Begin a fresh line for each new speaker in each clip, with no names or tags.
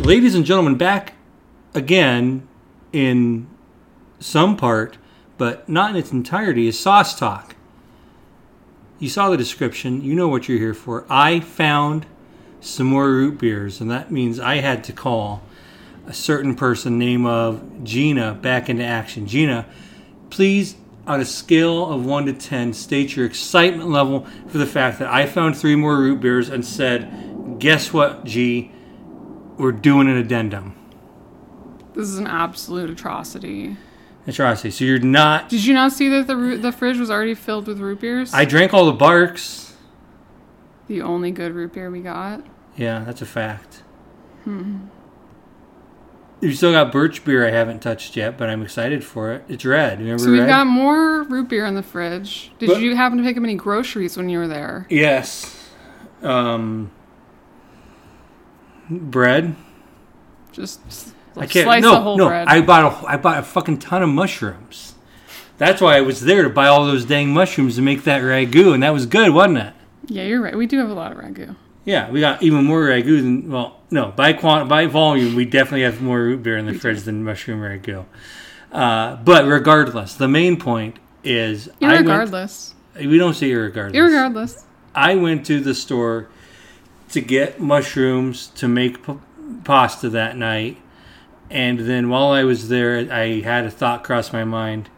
ladies and gentlemen, back again in some part, but not in its entirety, is Sauce Talk. You saw the description, you know what you're here for. I found some more root beers, and that means I had to call a certain person name of Gina back into action. Gina, please, on a scale of one to ten, state your excitement level for the fact that I found three more root beers and said, "Guess what, G? We're doing an addendum."
This is an absolute atrocity.
Atrocity. So you're not.
Did you not see that the ru- the fridge was already filled with root beers?
I drank all the barks.
the only good root beer we got.
Yeah, that's a fact. Hmm. You still got birch beer I haven't touched yet, but I'm excited for it. It's red. Remember
So we've
red?
got more root beer in the fridge. Did
But-
you happen to pick up any groceries when you were there?
yes. Um. Bread.
Just s-
I can't.
slice
no,
a whole
no.
bread.
I bought a, I bought a fucking ton of mushrooms. That's why I was there to buy all those dang mushrooms to make that ragu, and that was good, wasn't it?
yeah, you're right. We do have a lot of ragu.
Yeah, we got even more ragu than well, no, by quant by volume, we definitely have more root beer in the fridge than mushroom ragu. Uh, but regardless, the main point is I went-
Irregardless.
we don't say irregardless.
Irregardless.
I went to the store to get mushrooms to make p- pasta that night. And then while I was there, I had a thought cross my mind.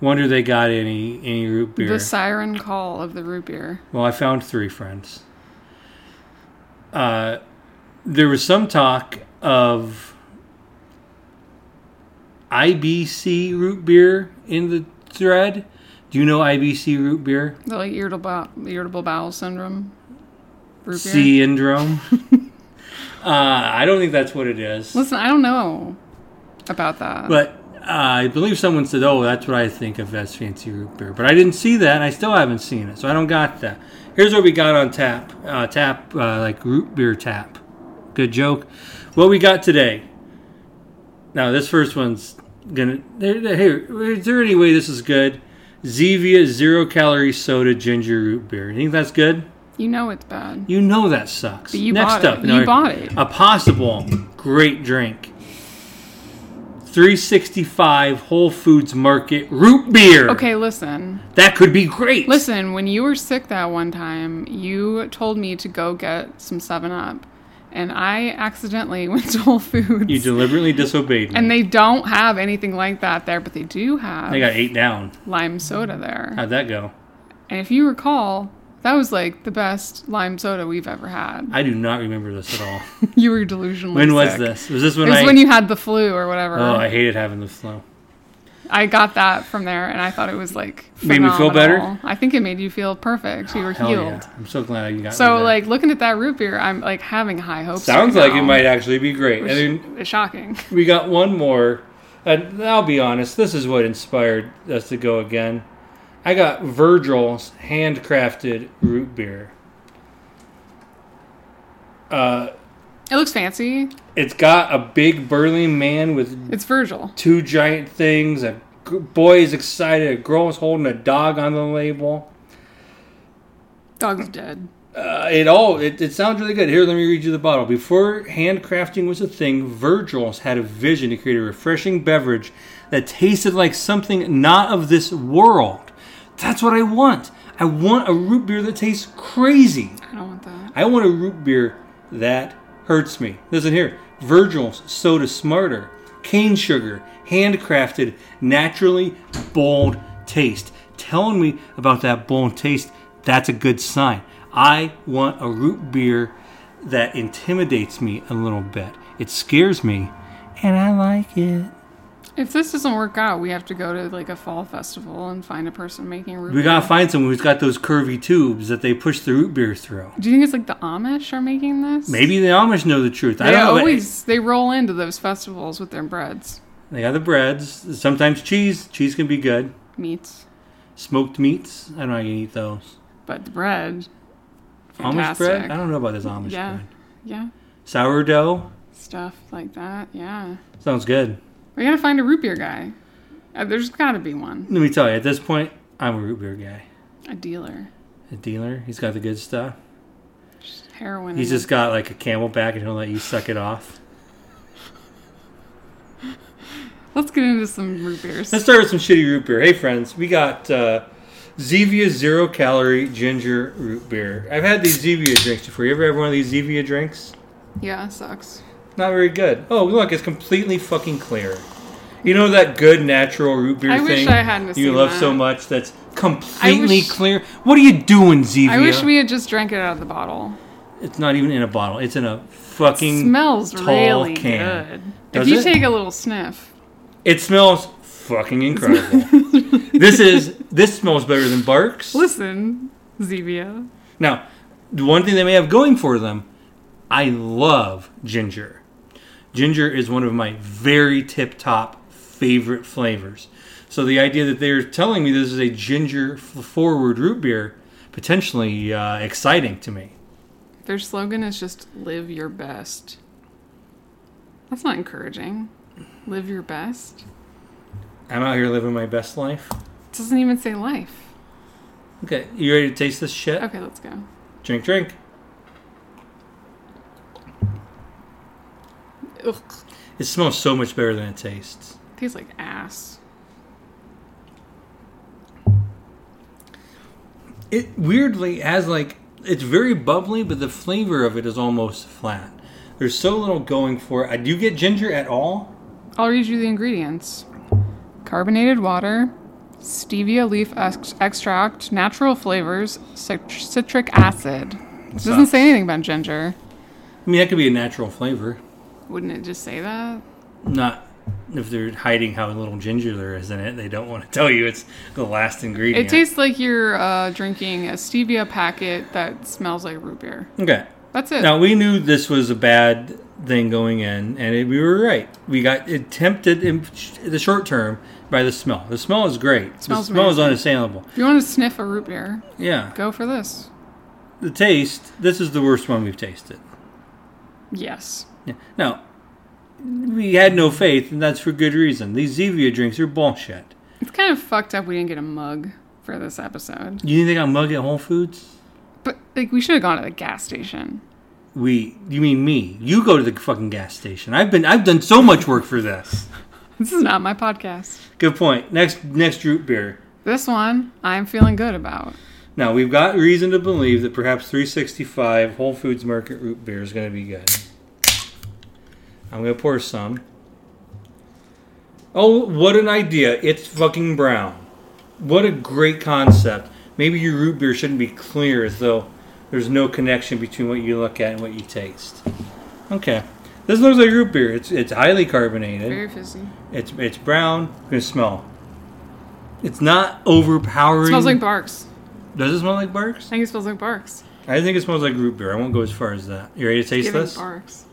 Wonder they got any any root beer.
The siren call of the root beer.
Well, I found three friends. Uh, there was some talk of IBC root beer in the thread. Do you know IBC root beer?
The like irritable bowel, irritable bowel syndrome. Root beer.
Syndrome. uh, I don't think that's what it is.
Listen, I don't know about that.
But uh, I believe someone said, "Oh, that's what I think of as fancy root beer," but I didn't see that, and I still haven't seen it, so I don't got that. Here's what we got on tap, uh, tap uh, like root beer tap. Good joke. What we got today? Now this first one's gonna. Here, here, is there any way this is good? Zevia zero calorie soda ginger root beer. You think that's good?
you know it's bad.
You know that sucks.
But you
Next
bought it.
up,
You
now,
bought it.
A possible great drink. 365 Whole Foods Market root beer.
Okay, listen.
That could be great.
Listen, when you were sick that one time, you told me to go get some 7 Up, and I accidentally went to Whole Foods.
You deliberately disobeyed me.
And they don't have anything like that there, but they do have
I got eight down.
lime soda there.
How'd that go?
and if you recall, that was like the best lime soda we've ever had.
I do not remember this at all.
You were delusionally
When was
sick.
this? Was this
It
when
was
I.
when you had the flu or whatever.
oh, I hated having the flu.
I got that from there, and I thought it was like
Made me feel better?
phenomenal. I think it made you feel perfect. You were
Hell
healed.
yeah. I'm so glad you got rid
So,
of that.
like looking at that root beer, I'm like having high hopes.
Sounds
right
like
now,
it might actually be great.
which
And then
is shocking.
we got one more. And I'll be honest, this is what inspired us to go again. I got Virgil's handcrafted root beer. Uh,
It looks fancy.
it's got a big burly man with
It's Virgil.
two giant things. A g- boy is excited. A girl is holding a dog on the label.
Dog's dead.
Uh, it all it, it sounds really good. Here, let me read you the bottle. Before handcrafting was a thing, Virgil's had a vision to create a refreshing beverage that tasted like something not of this world. That's what I want. I want a root beer that tastes crazy.
I don't want that.
I want a root beer that hurts me. Listen here. Virgil's Soda Smarter. Cane sugar, handcrafted, naturally bold taste. Telling me about that bold taste, that's a good sign. I want a root beer that intimidates me a little bit. It scares me, and I like it.
If this doesn't work out, we have to go to like a fall festival and find a person making root.
We
beer.
gotta find someone who's got those curvy tubes that they push the root beer through.
Do you think it's like the Amish are making this?
Maybe the Amish know the truth. I
They
don't know. but-
always they roll into those festivals with their breads,
They got the breads. Sometimes cheese. Cheese can be good.
meats,
Smoked meats. I don't know how you eat those.
but the bread.
Amish bread?
Fantastic.
I don't know about this Amish
Yeah,
bread.
yeah,
Sourdough?
stuff like that. Yeah,
Sounds good.
we gotta find a root beer guy. Uh, there's gotta be one,
Let me tell you, at this point, I'm a root beer guy.
a dealer.
A dealer. He's got the good stuff.
Just heroin.
He's
in it.
just got like a camel back and he'll let you suck it off.
Let's get into some root beers.
Let's start with some shitty root beer. Hey, friends, we got uh, Zevia zero calorie ginger root beer. I've had these Zevia drinks before. You ever had one of these Zevia drinks?
Yeah, sucks.
Not very good. Oh, look, it's completely fucking clear. You know that good natural root beer
I
thing
wish I hadn't
you
seen
love
that.
so much that's completely
wish-
clear? What are you doing, Zevia?
I wish we had just drank it out of the bottle.
It's not even in a bottle. It's in a fucking
smells
tall
really
can.
good.
Does
if you
it?
take a little sniff,
It smells fucking incredible. this is this smells better than Barks.
listen, Zevia.
Now, the one thing they may have going for them, I love ginger. Ginger is one of my very tip top favorite flavors. So the idea that they're telling me this is a ginger f- forward root beer potentially uh, exciting to me.
Their slogan is just live your best. That's not encouraging. Live your best?
I'm out here living my best life.
It doesn't even say life.
Okay, you ready to taste this shit?
Okay, let's go.
Drink, drink.
Ugh.
It smells so much better than it tastes.
Tastes like ass.
it weirdly has like it's very bubbly, but the flavor of it is almost flat. There's so little going for it. I do get ginger at all.
I'll read you the ingredients carbonated water, stevia leaf ex- extract, natural flavors, cit- citric acid. It doesn't
sucks.
say anything about ginger.
I mean, that could be a natural flavor,
Wouldn't it just say that?
not if they're hiding how little ginger there is in it. They don't want to tell you it's the last ingredient.
It tastes like you're uh, drinking a stevia packet that smells like root beer.
okay.
That's it.
Now we knew this was a bad thing going in, and it, we were right. We got it tempted in sh- the short term by the smell. The smell is great.
Smells
the smell is
amazing.
unassailable.
If you want to sniff a root beer,
Yeah.
go for this.
The taste. This is the worst one we've tasted.
Yes.
Yeah. Now, we had no faith, and that's for good reason. These Zevia drinks are bullshit.
It's kind of fucked up we didn't get a mug for this episode.
You think they got mug at Whole Foods?
But like we should have gone to the gas station.
We, you mean me? You go to the fucking gas station. I've been, I've done so much work for this.
This is not my podcast.
Good point. Next, next root beer.
This one I'm feeling good about.
Now we've got reason to believe that perhaps 365 Whole Foods Market root beer is going to be good. I'm going to pour some. Oh, what an idea! It's fucking brown. What a great concept. Maybe your root beer shouldn't be clear, as though there's no connection between what you look at and what you taste. Okay, this looks like root beer. It's it's highly carbonated.
Very fizzy.
It's it's brown. You can smell. It's not overpowering.
smells like Barks.
Does it smell like Barks?
I think it smells like Barks.
I think it smells like root beer. I won't go as far as that. You ready to taste
Giving
this?
Barks.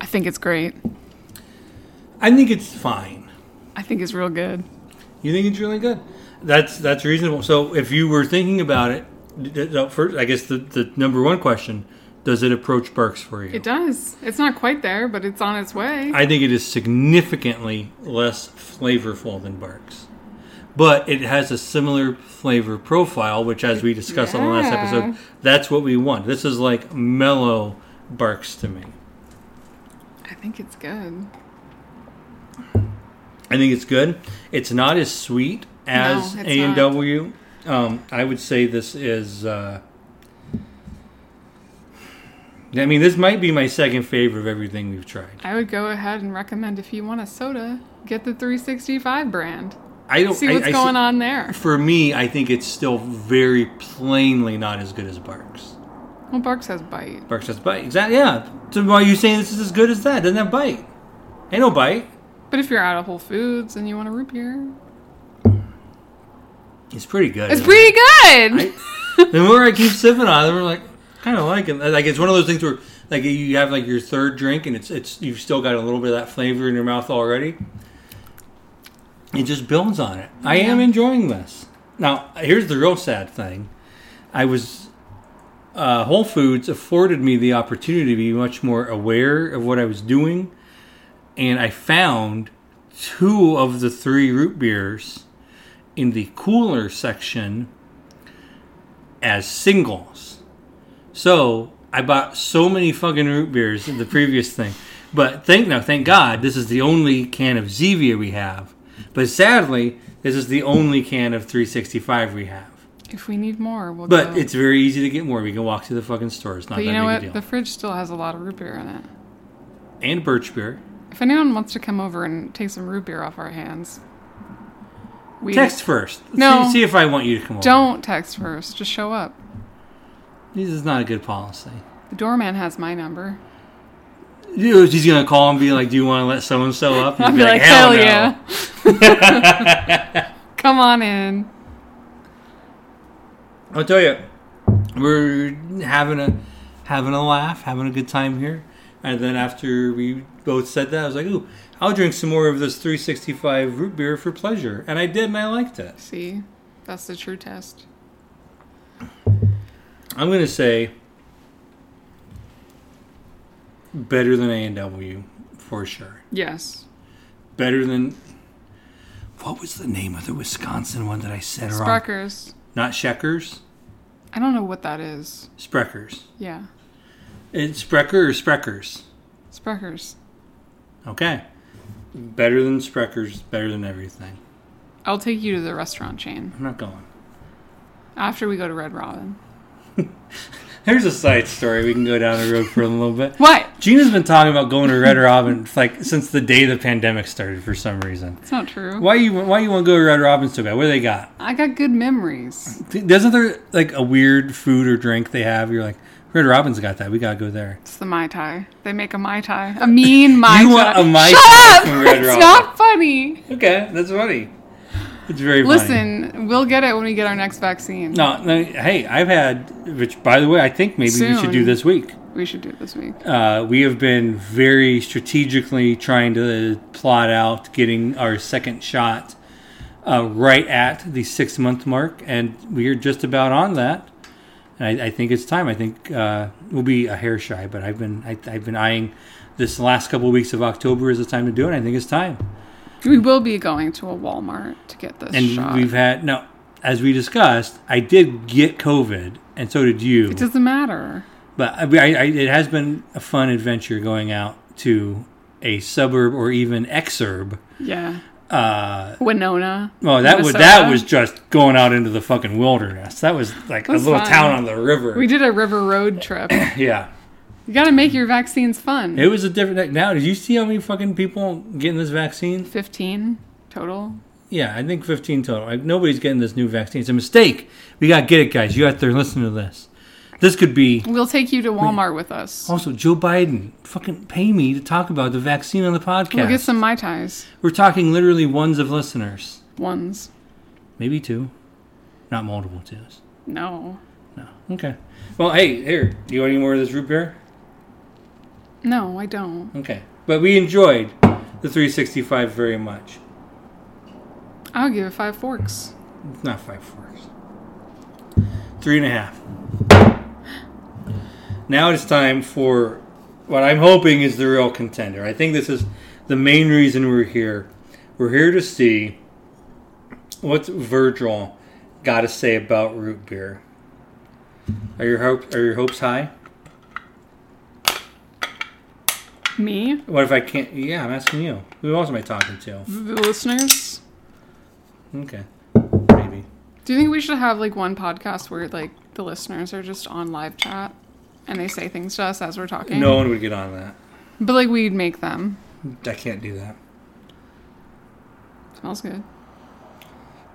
I think it's great.
I think it's fine.
I think it's real good.
You think it's really good? That's that's reasonable. So if you were thinking about it, d- d- no, first I guess the, the number one question: Does it approach Barks for you?
It does. It's not quite there, but it's on its way.
I think it is significantly less flavorful than Barks, but it has a similar flavor profile, which, as we discussed on the last
Yeah.
episode, that's what we want. This is like mellow Barks to me.
I think it's good.
I think it's good. It's not as sweet as
No,
A
it's
and
not.
W. Um, I would say this is. Uh, I mean, this might be my second favorite of everything we've tried.
I would go ahead and recommend if you want a soda, get the 365 brand.
I don't
See
Oh, I-
what's
I
going
see-
on there.
For me, I think it's still very plainly not as good as Barks.
Well, Barks has bite.
Barks has bite. Exactly. Yeah. So why are you saying this is as good as that? Doesn't have bite? Ain't no bite.
But if you're out of Whole Foods and you want a root beer,
It's pretty good.
it's
isn't it?
pretty good.
the more I keep sipping on it, the more I'm like, kind of like it. Like it's one of those things where like you have like your third drink and it's it's you've still got a little bit of that flavor in your mouth already. It just builds on it. I am enjoying this. Now here's the real sad thing. I was uh, Whole Foods afforded me the opportunity to be much more aware of what I was doing, and I found two of the three root beers in the cooler section as singles. So I bought so many fucking root beers in the previous thing. But thank no, thank God, this is the only can of Zevia we have. But sadly, this is the only can of 365 we have.
If we need more, we'll
But
go.
it's very easy to get more. We can walk to the fucking store. It's not
but
that
you know
big
what?
a deal.
The fridge still has a lot of root beer in it.
and birch beer.
If anyone wants to come over and take some root beer off our hands, we
Text first.
No.
See, see if I want you to come over.
don't text first. Just show up.
This is not a good policy.
The doorman has my number.
You know, He's gonna call and be like, "Do you want to let so and so up?" And
I'll
you'd
be like, hell yeah. Come on in.
I'll tell you, we're having a having a laugh, having a good time here. And then after we both said that, I was like, "Ooh, I'll drink some more of this 365 root beer for pleasure," and I did, and I liked it.
See, that's the true test.
I'm gonna say better than A and W for sure.
Yes.
Better than what was the name of the Wisconsin one that I said wrong?
Spreckers.
Not Checkers,
I don't know what that is.
Spreckers.
Yeah.
It's Sprecker or Spreckers.
Spreckers.
Okay. Better than Spreckers, better than everything.
I'll take you to the restaurant chain
I'm not going.
after we go to Red Robin.
Here's a side story we can go down the road for a little bit.
What?
Gina's been talking about going to Red Robin like since the day the pandemic started for some reason.
It's not true.
Why you why you want to go to Red Robin so bad? What do they got?
I got good memories.
Th- Doesn't there like a weird food or drink they have? You're like Red Robin's got that. We gotta go there.
It's the Mai Tai. They make a Mai Tai. A mean Mai Tai.
You want a Mai
Shut
Tai
up!
from Red
it's
Robin.
not funny.
Okay, that's funny. It's very funny.
Listen, we'll get it when we get our next vaccine.
No, no, hey, I've had. Which, by the way, I think maybe we should
Soon.
do this week.
We should do it this week.
uh, we have been very strategically trying to plot out getting our second shot uh, right at the six month mark, and we are just about on that. And I, I think it's time. I think uh, we'll be a hair shy, but I've been I, I've been eyeing this last couple weeks of October is the time to do it. I think it's time.
We will be going to a Walmart to get this
And
shot.
we've had no, as we discussed, I did get COVID, and so did you.
it doesn't matter.
But I, I, I- it has been a fun adventure going out to a suburb or even exurb.
Yeah.
Uh,
Winona.
well, that was
Minnesota.
that was just going out into the fucking wilderness. That was like
That's
a little
fine.
town on the river.
We did a river road trip.
yeah,
You gotta make your vaccines fun.
it was a different. Now, did you see how many fucking people getting this vaccine?
15 total.
Yeah, I think fifteen total. Like, nobody's getting this new vaccine. It's a mistake. We gotta get it, guys. You out there listening to this? This could be
We'll take you to Walmart with us.
also Joe Biden. Fucking pay me to talk about the vaccine on the podcast.
We'll get some Mai Tais.
We're talking literally ones of listeners.
Ones.
Maybe two. Not multiple twos.
No.
No. Okay. Well, hey, here. Do you want any more of this root beer?
No, I don't.
Okay. But we enjoyed the 365 very much.
I'll give it five forks.
It's not five fours. Three and a half. Now it's time for what I'm hoping is the real contender. I think this is the main reason we're here. We're here to see what's Virgil got to say about root beer. Are your hopes are your hopes high?
Me?
What if I can't? Yeah, I'm asking you. Who else am I talking to?
The listeners?
Okay, maybe.
Do you think we should have like one podcast where like the listeners are just on live chat and they say things to us as we're talking?
No one would get on that.
But like we'd make them.
I can't do that.
Smells good.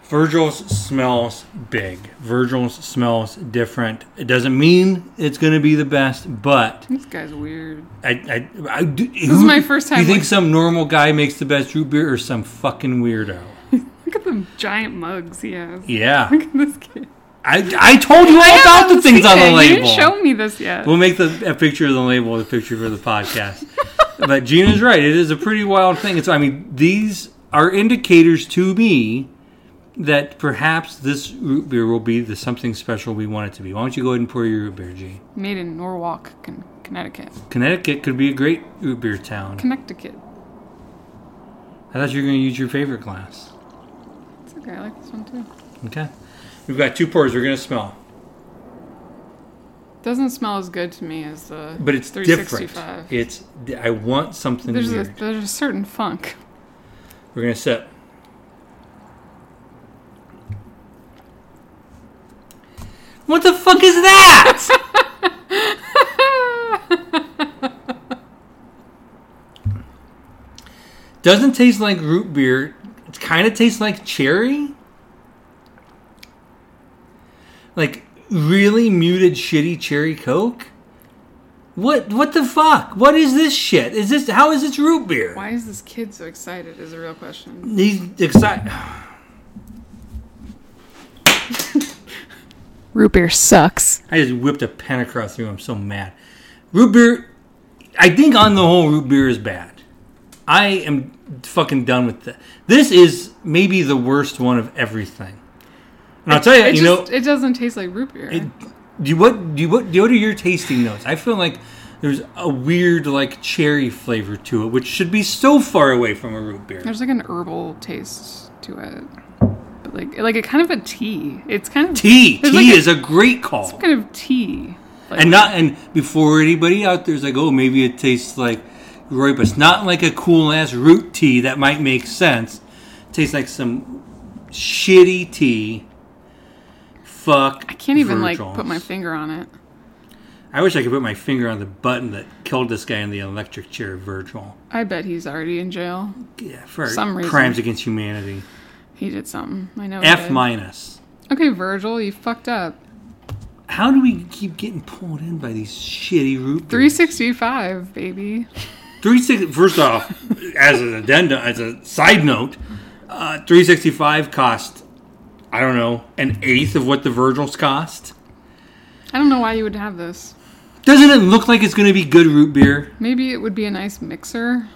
Virgil's smells big. Virgil's smells different. It doesn't mean it's going to be the best, but
This guy's weird.
I, I, I do, this
is my first time
You think
with-
some normal guy makes the best root beer, or some fucking weirdo?
Look at the giant mugs he has.
Yeah,
Look at this kid.
I, I told you all about the things on the
You
label.
didn't show me this yet.
We'll make the a picture of the label the picture for the podcast. but Gina's right; it is a pretty wild thing. It's I mean these are indicators to me that perhaps this root beer will be the something special we want it to be. Why don't you go ahead and pour your root beer, G?
Made in Norwalk, Con- Connecticut.
Connecticut could be a great root beer town.
Connecticut.
I thought you were going to use your favorite glass.
It's okay. Here, I like this one too.
Okay. We've got two pours we're going to smell.
Doesn't smell as good to me as the
But it's different.
365.
It's I want something
There's a,
weird.
there's a certain funk.
We're gonna sip. What the fuck is that? Doesn't taste like root beer. It kind of tastes like cherry. Like really muted, shitty cherry coke. What? What the fuck? What is this shit? Is this how is this root beer?
Why is this kid so excited? Is a real question.
He's excited.
Root beer sucks.
I just whipped a pen across the room. I'm so mad. Root beer, I think on the whole, root beer is bad. I am fucking done with that. This is maybe the worst one of everything. And I'll tell Oh, you,
It
you
just
know,
it doesn't taste like root beer.
it, do you, what do you, what do you, what are your tasting notes? I feel like there's a weird like cherry flavor to it, which should be so far away from a root beer.
There's like an herbal taste to it, but like like a kind of a tea. It's kind of
Tea,
there's
tea
like a-
is a great call.
some kind of tea. Like,
and not and before anybody out there's like oh maybe it tastes like roy it's not like a cool ass root tea that might make sense tastes like some shitty tea fuck
I can't even like put my finger on it.
i wish i could put my finger on the button that killed this guy in the electric chair virgil
I bet he's already in jail.
yeah for
Some reason.
crimes against humanity
He did something. I know. he
f
did.
minus
Okay, Virgil, you fucked up.
how do we keep getting pulled in by these shitty root beers?
Three sixty five, baby.
Three six. First off, as an addendum, as a side note, uh, three sixty five cost, I don't know, an eighth of what the Virgils cost.
I don't know why you would have this.
Doesn't it look like it's going to be good root beer?
Maybe it would be a nice mixer,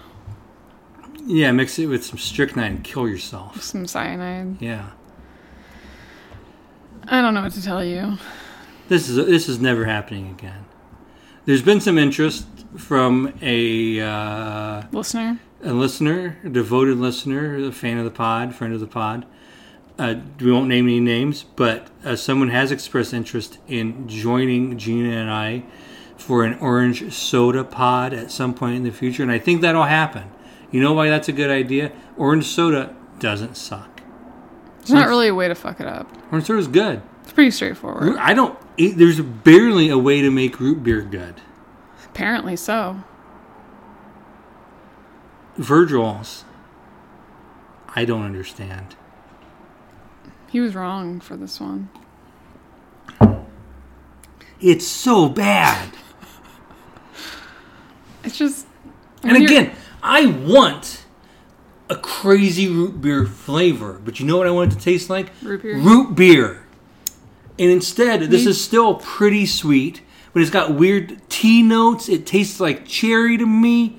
Yeah, mix it with some strychnine and kill yourself.
some cyanide.
Yeah,
I don't know what to tell you.
this is this is never happening again. There's been some interest from a uh,
Listener,
a listener, a devoted listener, a fan of the pod, friend of the pod. Uh, we won't name any names, but uh, someone has expressed interest in joining Gina and I for an orange soda pod at some point in the future, and I think that'll happen. You know why that's a good idea? Orange soda doesn't suck.
it's not really a way to fuck it up.
Orange soda's good.
It's pretty straightforward.
I don't. It, there's barely a way to make root beer good.
Apparently so.
Virgil's, I don't understand.
He was wrong for this one.
It's so bad.
It's just.
And
when you're-
again, I want a crazy root beer flavor, but you know what I want it to taste like?
Root beer.
Root beer. And instead, this
Me-
is still pretty sweet, but it's got weird tea notes. It tastes like cherry to me.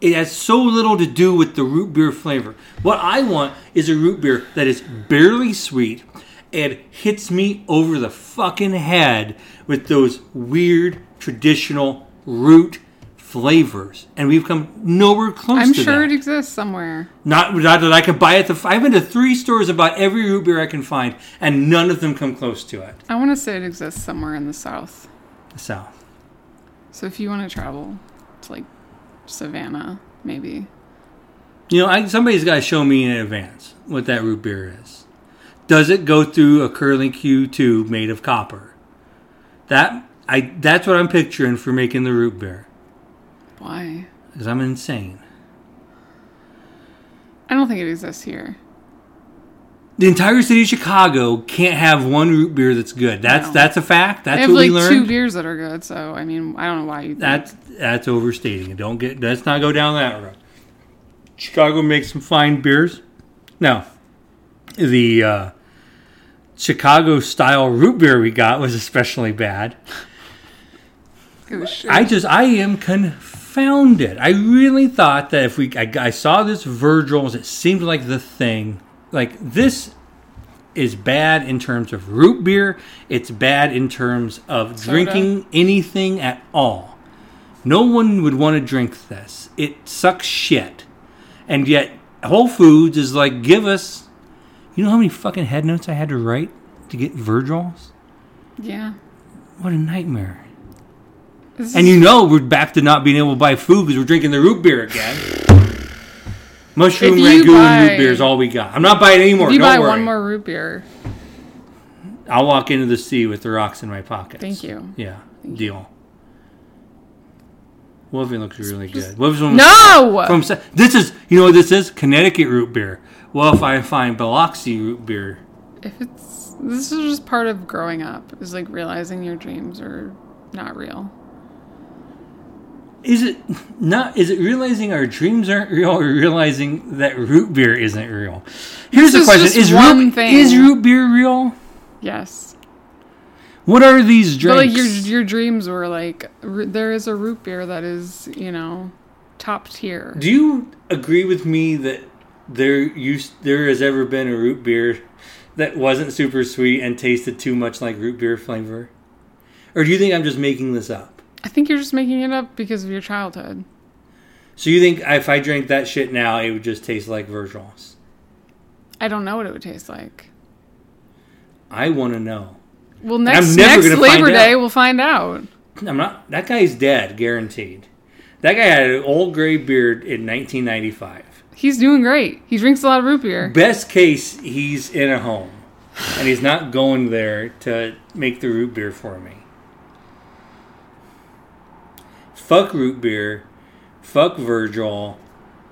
It has so little to do with the root beer flavor. What I want is a root beer that is barely sweet and hits me over the fucking head with those weird traditional root flavors. And we've come nowhere close
I'm
to
sure
that.
it exists somewhere.
Not, not that I can buy it. The, I've been to three stores and bought every root beer I can find, and none of them come close to it.
I want to say it exists somewhere in the South.
The South.
So if you want to travel to like Savannah, maybe.
You know, I, somebody's got to show me in advance what that root beer is. Does it go through a curling Q tube made of copper? That I that's what I'm picturing for making the root beer
Why?
because I'm insane.
I don't think it exists here.
The entire city of Chicago can't have one root beer that's good. That's
No.
that's a fact.
I
That's
have
what
like
we
two
learned.
beers that are good, so I mean, I don't know why you.
that's that's overstating it. Don't get let's not go down that road. Chicago makes some fine beers. Now, the uh, Chicago style root beer we got was especially bad.
It was shit.
I just I am confounded. I really thought that if we I, I saw this Virgil's, it seemed like the thing. Like this is bad in terms of root beer. It's bad in terms of drinking anything at all. No one would want to drink this. It sucks shit. And yet Whole Foods is like, give us You know how many fucking head notes I had to write to get Virgil's?
Yeah.
What a nightmare.
This is-
And you know we're back to not being able to buy food because we're drinking the root beer again. Mushroom
If you
ragoon
buy-
root beer is all we got. I'm not buying any more.
if you
don't
buy
worry.
one more root beer,
I'll walk into the sea with the rocks in my pockets.
Thank you.
Yeah, deal. Wolfen looks really good. Wolfen's one
no.
Hmm. from Sa- this is you know what this is Connecticut root beer. Well, if I find Biloxi root beer,
if it's this is just part of growing up is like realizing your dreams are not real.
is it not? Is it realizing our dreams aren't real, or realizing that root beer isn't real? Here's
This is
the
just
question: Is
one
root
thing.
is root beer real?
Yes,
What are these
but like
drinks?
your your dreams were like r- there is a root beer that is you know top tier.
Do you agree with me that there used there has ever been a root beer that wasn't super sweet and tasted too much like root beer flavor? Or do you think I'm just making this up?
I think you're just making it up because of your childhood.
So you think if I drank that shit now, it would just taste like Virgil's?
I don't know what it would taste like.
I want to know.
Well, next
never
next
gonna
Labor
find
Day
out.
we'll find out.
I'm not. That guy's dead, guaranteed. That guy had an old gray beard in 1995.
He's doing great. He drinks a lot of root beer.
Best case, he's in a home, and he's not going there to make the root beer for me. Fuck root beer. Fuck Virgil.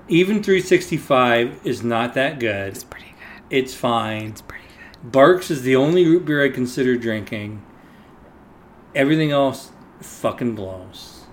Even 365 is not that good.
It's pretty good.
It's fine.
Pretty good.
Barks is the only root beer I consider drinking. Everything else fucking blows.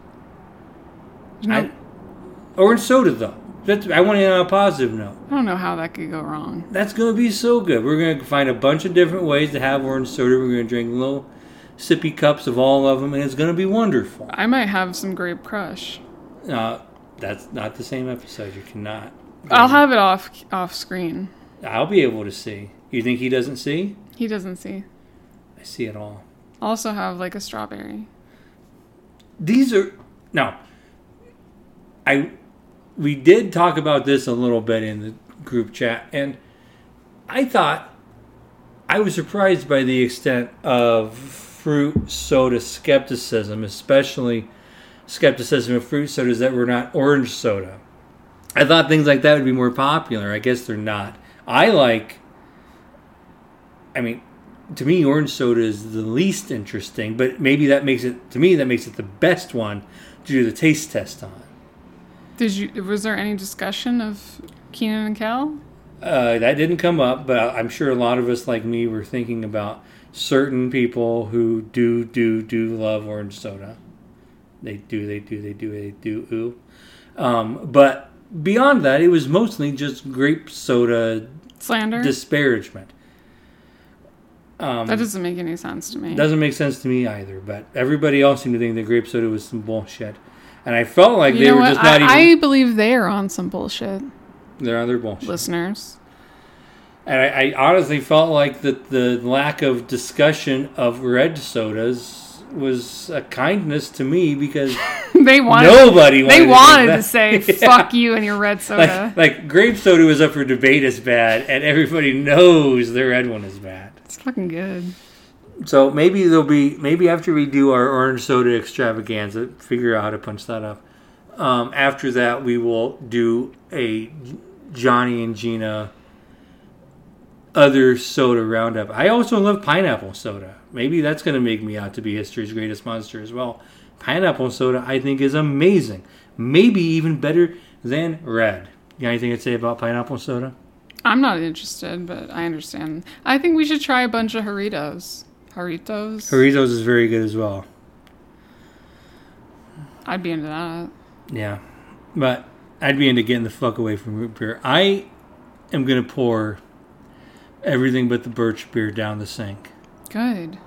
There's No,
I, orange soda, though. That's, I want to end on a positive note.
I don't know how that could go wrong.
That's going to be so good. We're going to find a bunch of different ways to have orange soda. We're going to drink little sippy cups of all of them, and it's going to be wonderful.
I might have some grape crush.
Uh, that's not the same episode. You cannot.
I'll have it off off screen.
I'll be able to see. You think he doesn't see?
He doesn't see.
I see it all.
I'll also have like a strawberry.
These are no. I we did talk about this a little bit in the group chat, and I thought I was surprised by the extent of fruit soda skepticism, especially skepticism of fruit sodas that were not orange soda. I thought things like that would be more popular. I guess they're not. I like. I mean, to me, orange soda is the least interesting, but maybe that makes it to me that makes it the best one to do the taste test on.
Did you? Was there any discussion of Keenan and Kel?
Uh, that didn't come up, but I- I'm sure a lot of us, like me, were thinking about certain people who do, do, do love orange soda. They do, they do, they do, they do, ooh. Um, but beyond that, it was mostly just grape soda
Slander?
disparagement. Um,
that doesn't make any sense to me.
Doesn't make sense to me either, but everybody else seemed to think that grape soda was some bullshit. And I felt like
you
they
know
were
what?
just not
I,
even.
I believe they are on some bullshit,
They're on their bullshit.
listeners.
And I, I honestly felt like that the lack of discussion of red sodas was a kindness to me because
they wanted.
nobody wanted
they wanted
to,
to say "fuck you" and your red soda.
Like, like grape soda was up for debate as bad, and everybody knows the red one is bad.
it's fucking good.
So maybe there'll be maybe after we do our orange soda extravaganza, figure out how to punch that up. Um, after that, we will do a Johnny and Gina other soda roundup. I also love pineapple soda. Maybe that's going to make me out to be history's greatest monster as well. Pineapple soda, I think, is amazing. Maybe even better than red. You got anything to say about pineapple soda?
I'm not interested, but I understand. I think we should try a bunch of Haritos. Haritos.
Doritos is very good as well.
I'd be into that.
Yeah, but I'd be into getting the fuck away from root beer. I am gonna pour everything but the birch beer down the sink.
Good.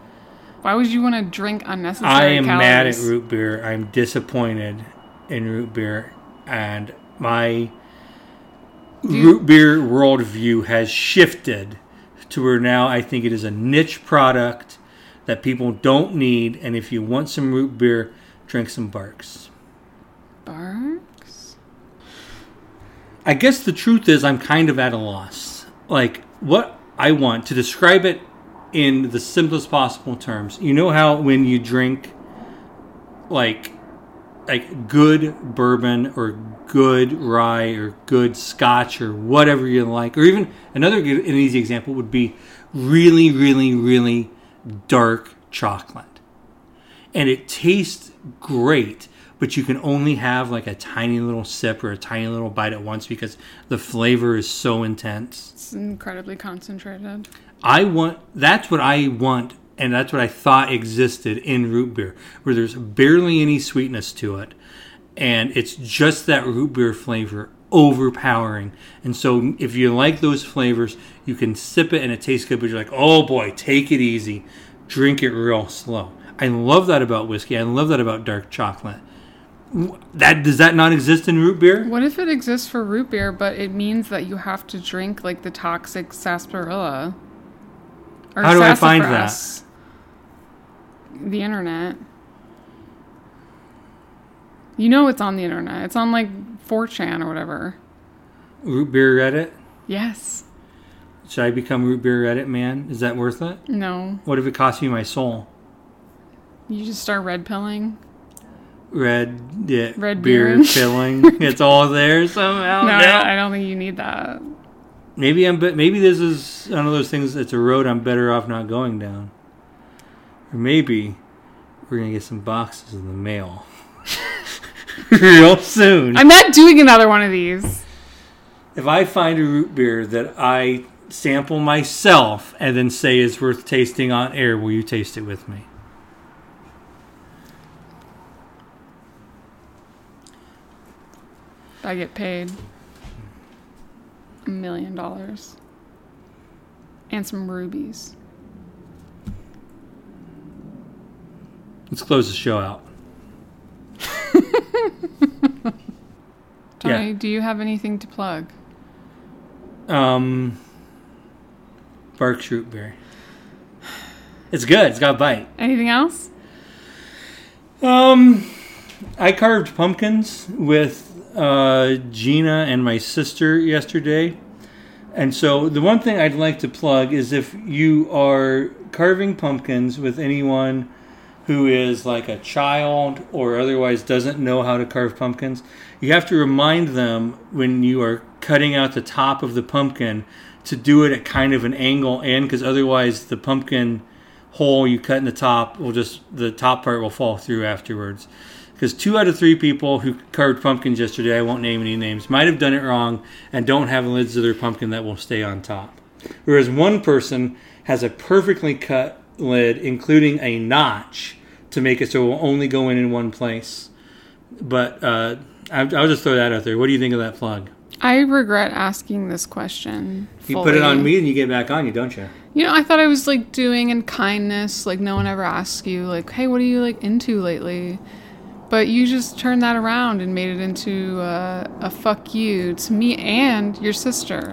Why would you want to drink unnecessary
I am mad at
calories?
root beer. I'm disappointed in root beer, and my
you-
root beer worldview has shifted to where now I think it is a niche product that people don't need. And if you want some root beer, drink some Barks.
Barks?
I guess the truth is I'm kind of at a loss. Like what I want to describe it in the simplest possible terms. You know how when you drink like like good bourbon or good rye or good scotch or whatever you like, or even another good, an easy example would be really, really, really dark chocolate. And it tastes great, but you can only have like a tiny little sip or a tiny little bite at once because the flavor is so intense.
It's incredibly concentrated.
I want that's what I want and that's what I thought existed in root beer, where there's barely any sweetness to it, and it's just that root beer flavor overpowering. And so, if you like those flavors, you can sip it and it tastes good, but you're like, oh boy, take it easy, drink it real slow. I love that about whiskey. I love that about dark chocolate. W- That does that not exist in root beer?
What if it exists for root beer, but it means that you have to drink like the toxic sarsaparilla? Or
How do I find that?
sassafras? The internet. You know it's on the internet. It's on like 4chan or whatever.
Root beer Reddit.
Yes.
Should I become root beer Reddit man? Is that worth it?
No.
What if it costs me my soul?
You just start red pilling.
red yeah,
Red
beer,
beer.
filling. it's all there somehow.
No,
now.
I don't- I don't think you need that.
Maybe I'm. But maybe this is one of those things. It's a road I'm better off not going down. Or maybe we're gonna get some boxes in the mail real soon.
I'm not doing another one of these.
if I find a root beer that I sample myself and then say is worth tasting on air, will you taste it with me?
I get paid a million dollars and some rubies.
Let's close the show out.
Tony, do you have anything to plug?
Um, Barks root beer. It's good. It's got bite.
Anything else?
Um, I carved pumpkins with uh, Gina and my sister yesterday. And so the one thing I'd like to plug is if you are carving pumpkins with anyone who is like a child or otherwise doesn't know how to carve pumpkins, you have to remind them when you are cutting out the top of the pumpkin to do it at kind of an angle and because otherwise the pumpkin hole you cut in the top will just the top part will fall through afterwards because two out of three people who carved pumpkins yesterday i won't name any names might have done it wrong and don't have lids to their pumpkin that will stay on top whereas one person has a perfectly cut lid including a notch to make it so it will only go in in one place but uh, I, i'll just throw that out there what do you think of that plug
I regret asking this question.
you put it
fully.
on me and you get back on you don't you
You know, I thought I was like doing in kindness, like no one ever asks you, like, hey, what are you like into lately? But you just turned that around and made it into uh, a fuck you to me and your sister,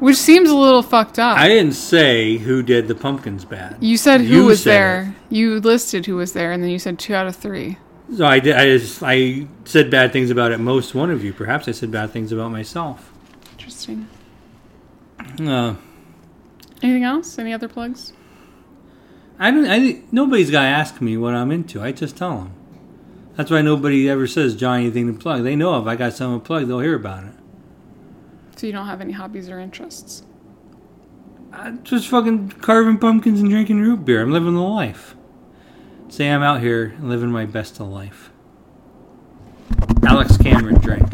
which seems a little fucked up.
i didn't say who did the pumpkins bad
you said who
You
was
said
there. You listed who was there, and then you said two out of three.
So I did. I, just, I said bad things about at most one of you. Perhaps I said bad things about myself.
Interesting.
Uh,
Anything else? Any other plugs?
I don't. I, think- nobody's got to ask me what I'm into. I just tell them. That's why nobody ever says John anything to plug. They know if I got something to plug, they'll hear about it.
So you don't have any hobbies or interests?
I just fucking carving pumpkins and drinking root beer. I'm living the life. Say I'm out here living my best of life. Alex Cameron drank.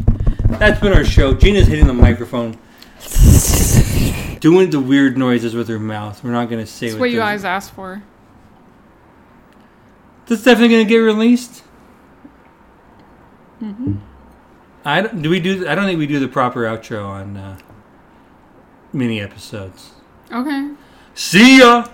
That's been our show. Gina's hitting the microphone. Doing the weird noises with her mouth. We're not gonna say
It's what you
those-
guys asked for.
This is definitely gonna get released. I don't, do we do? I don't think we do the proper outro on uh, mini episodes.
Okay.
See ya.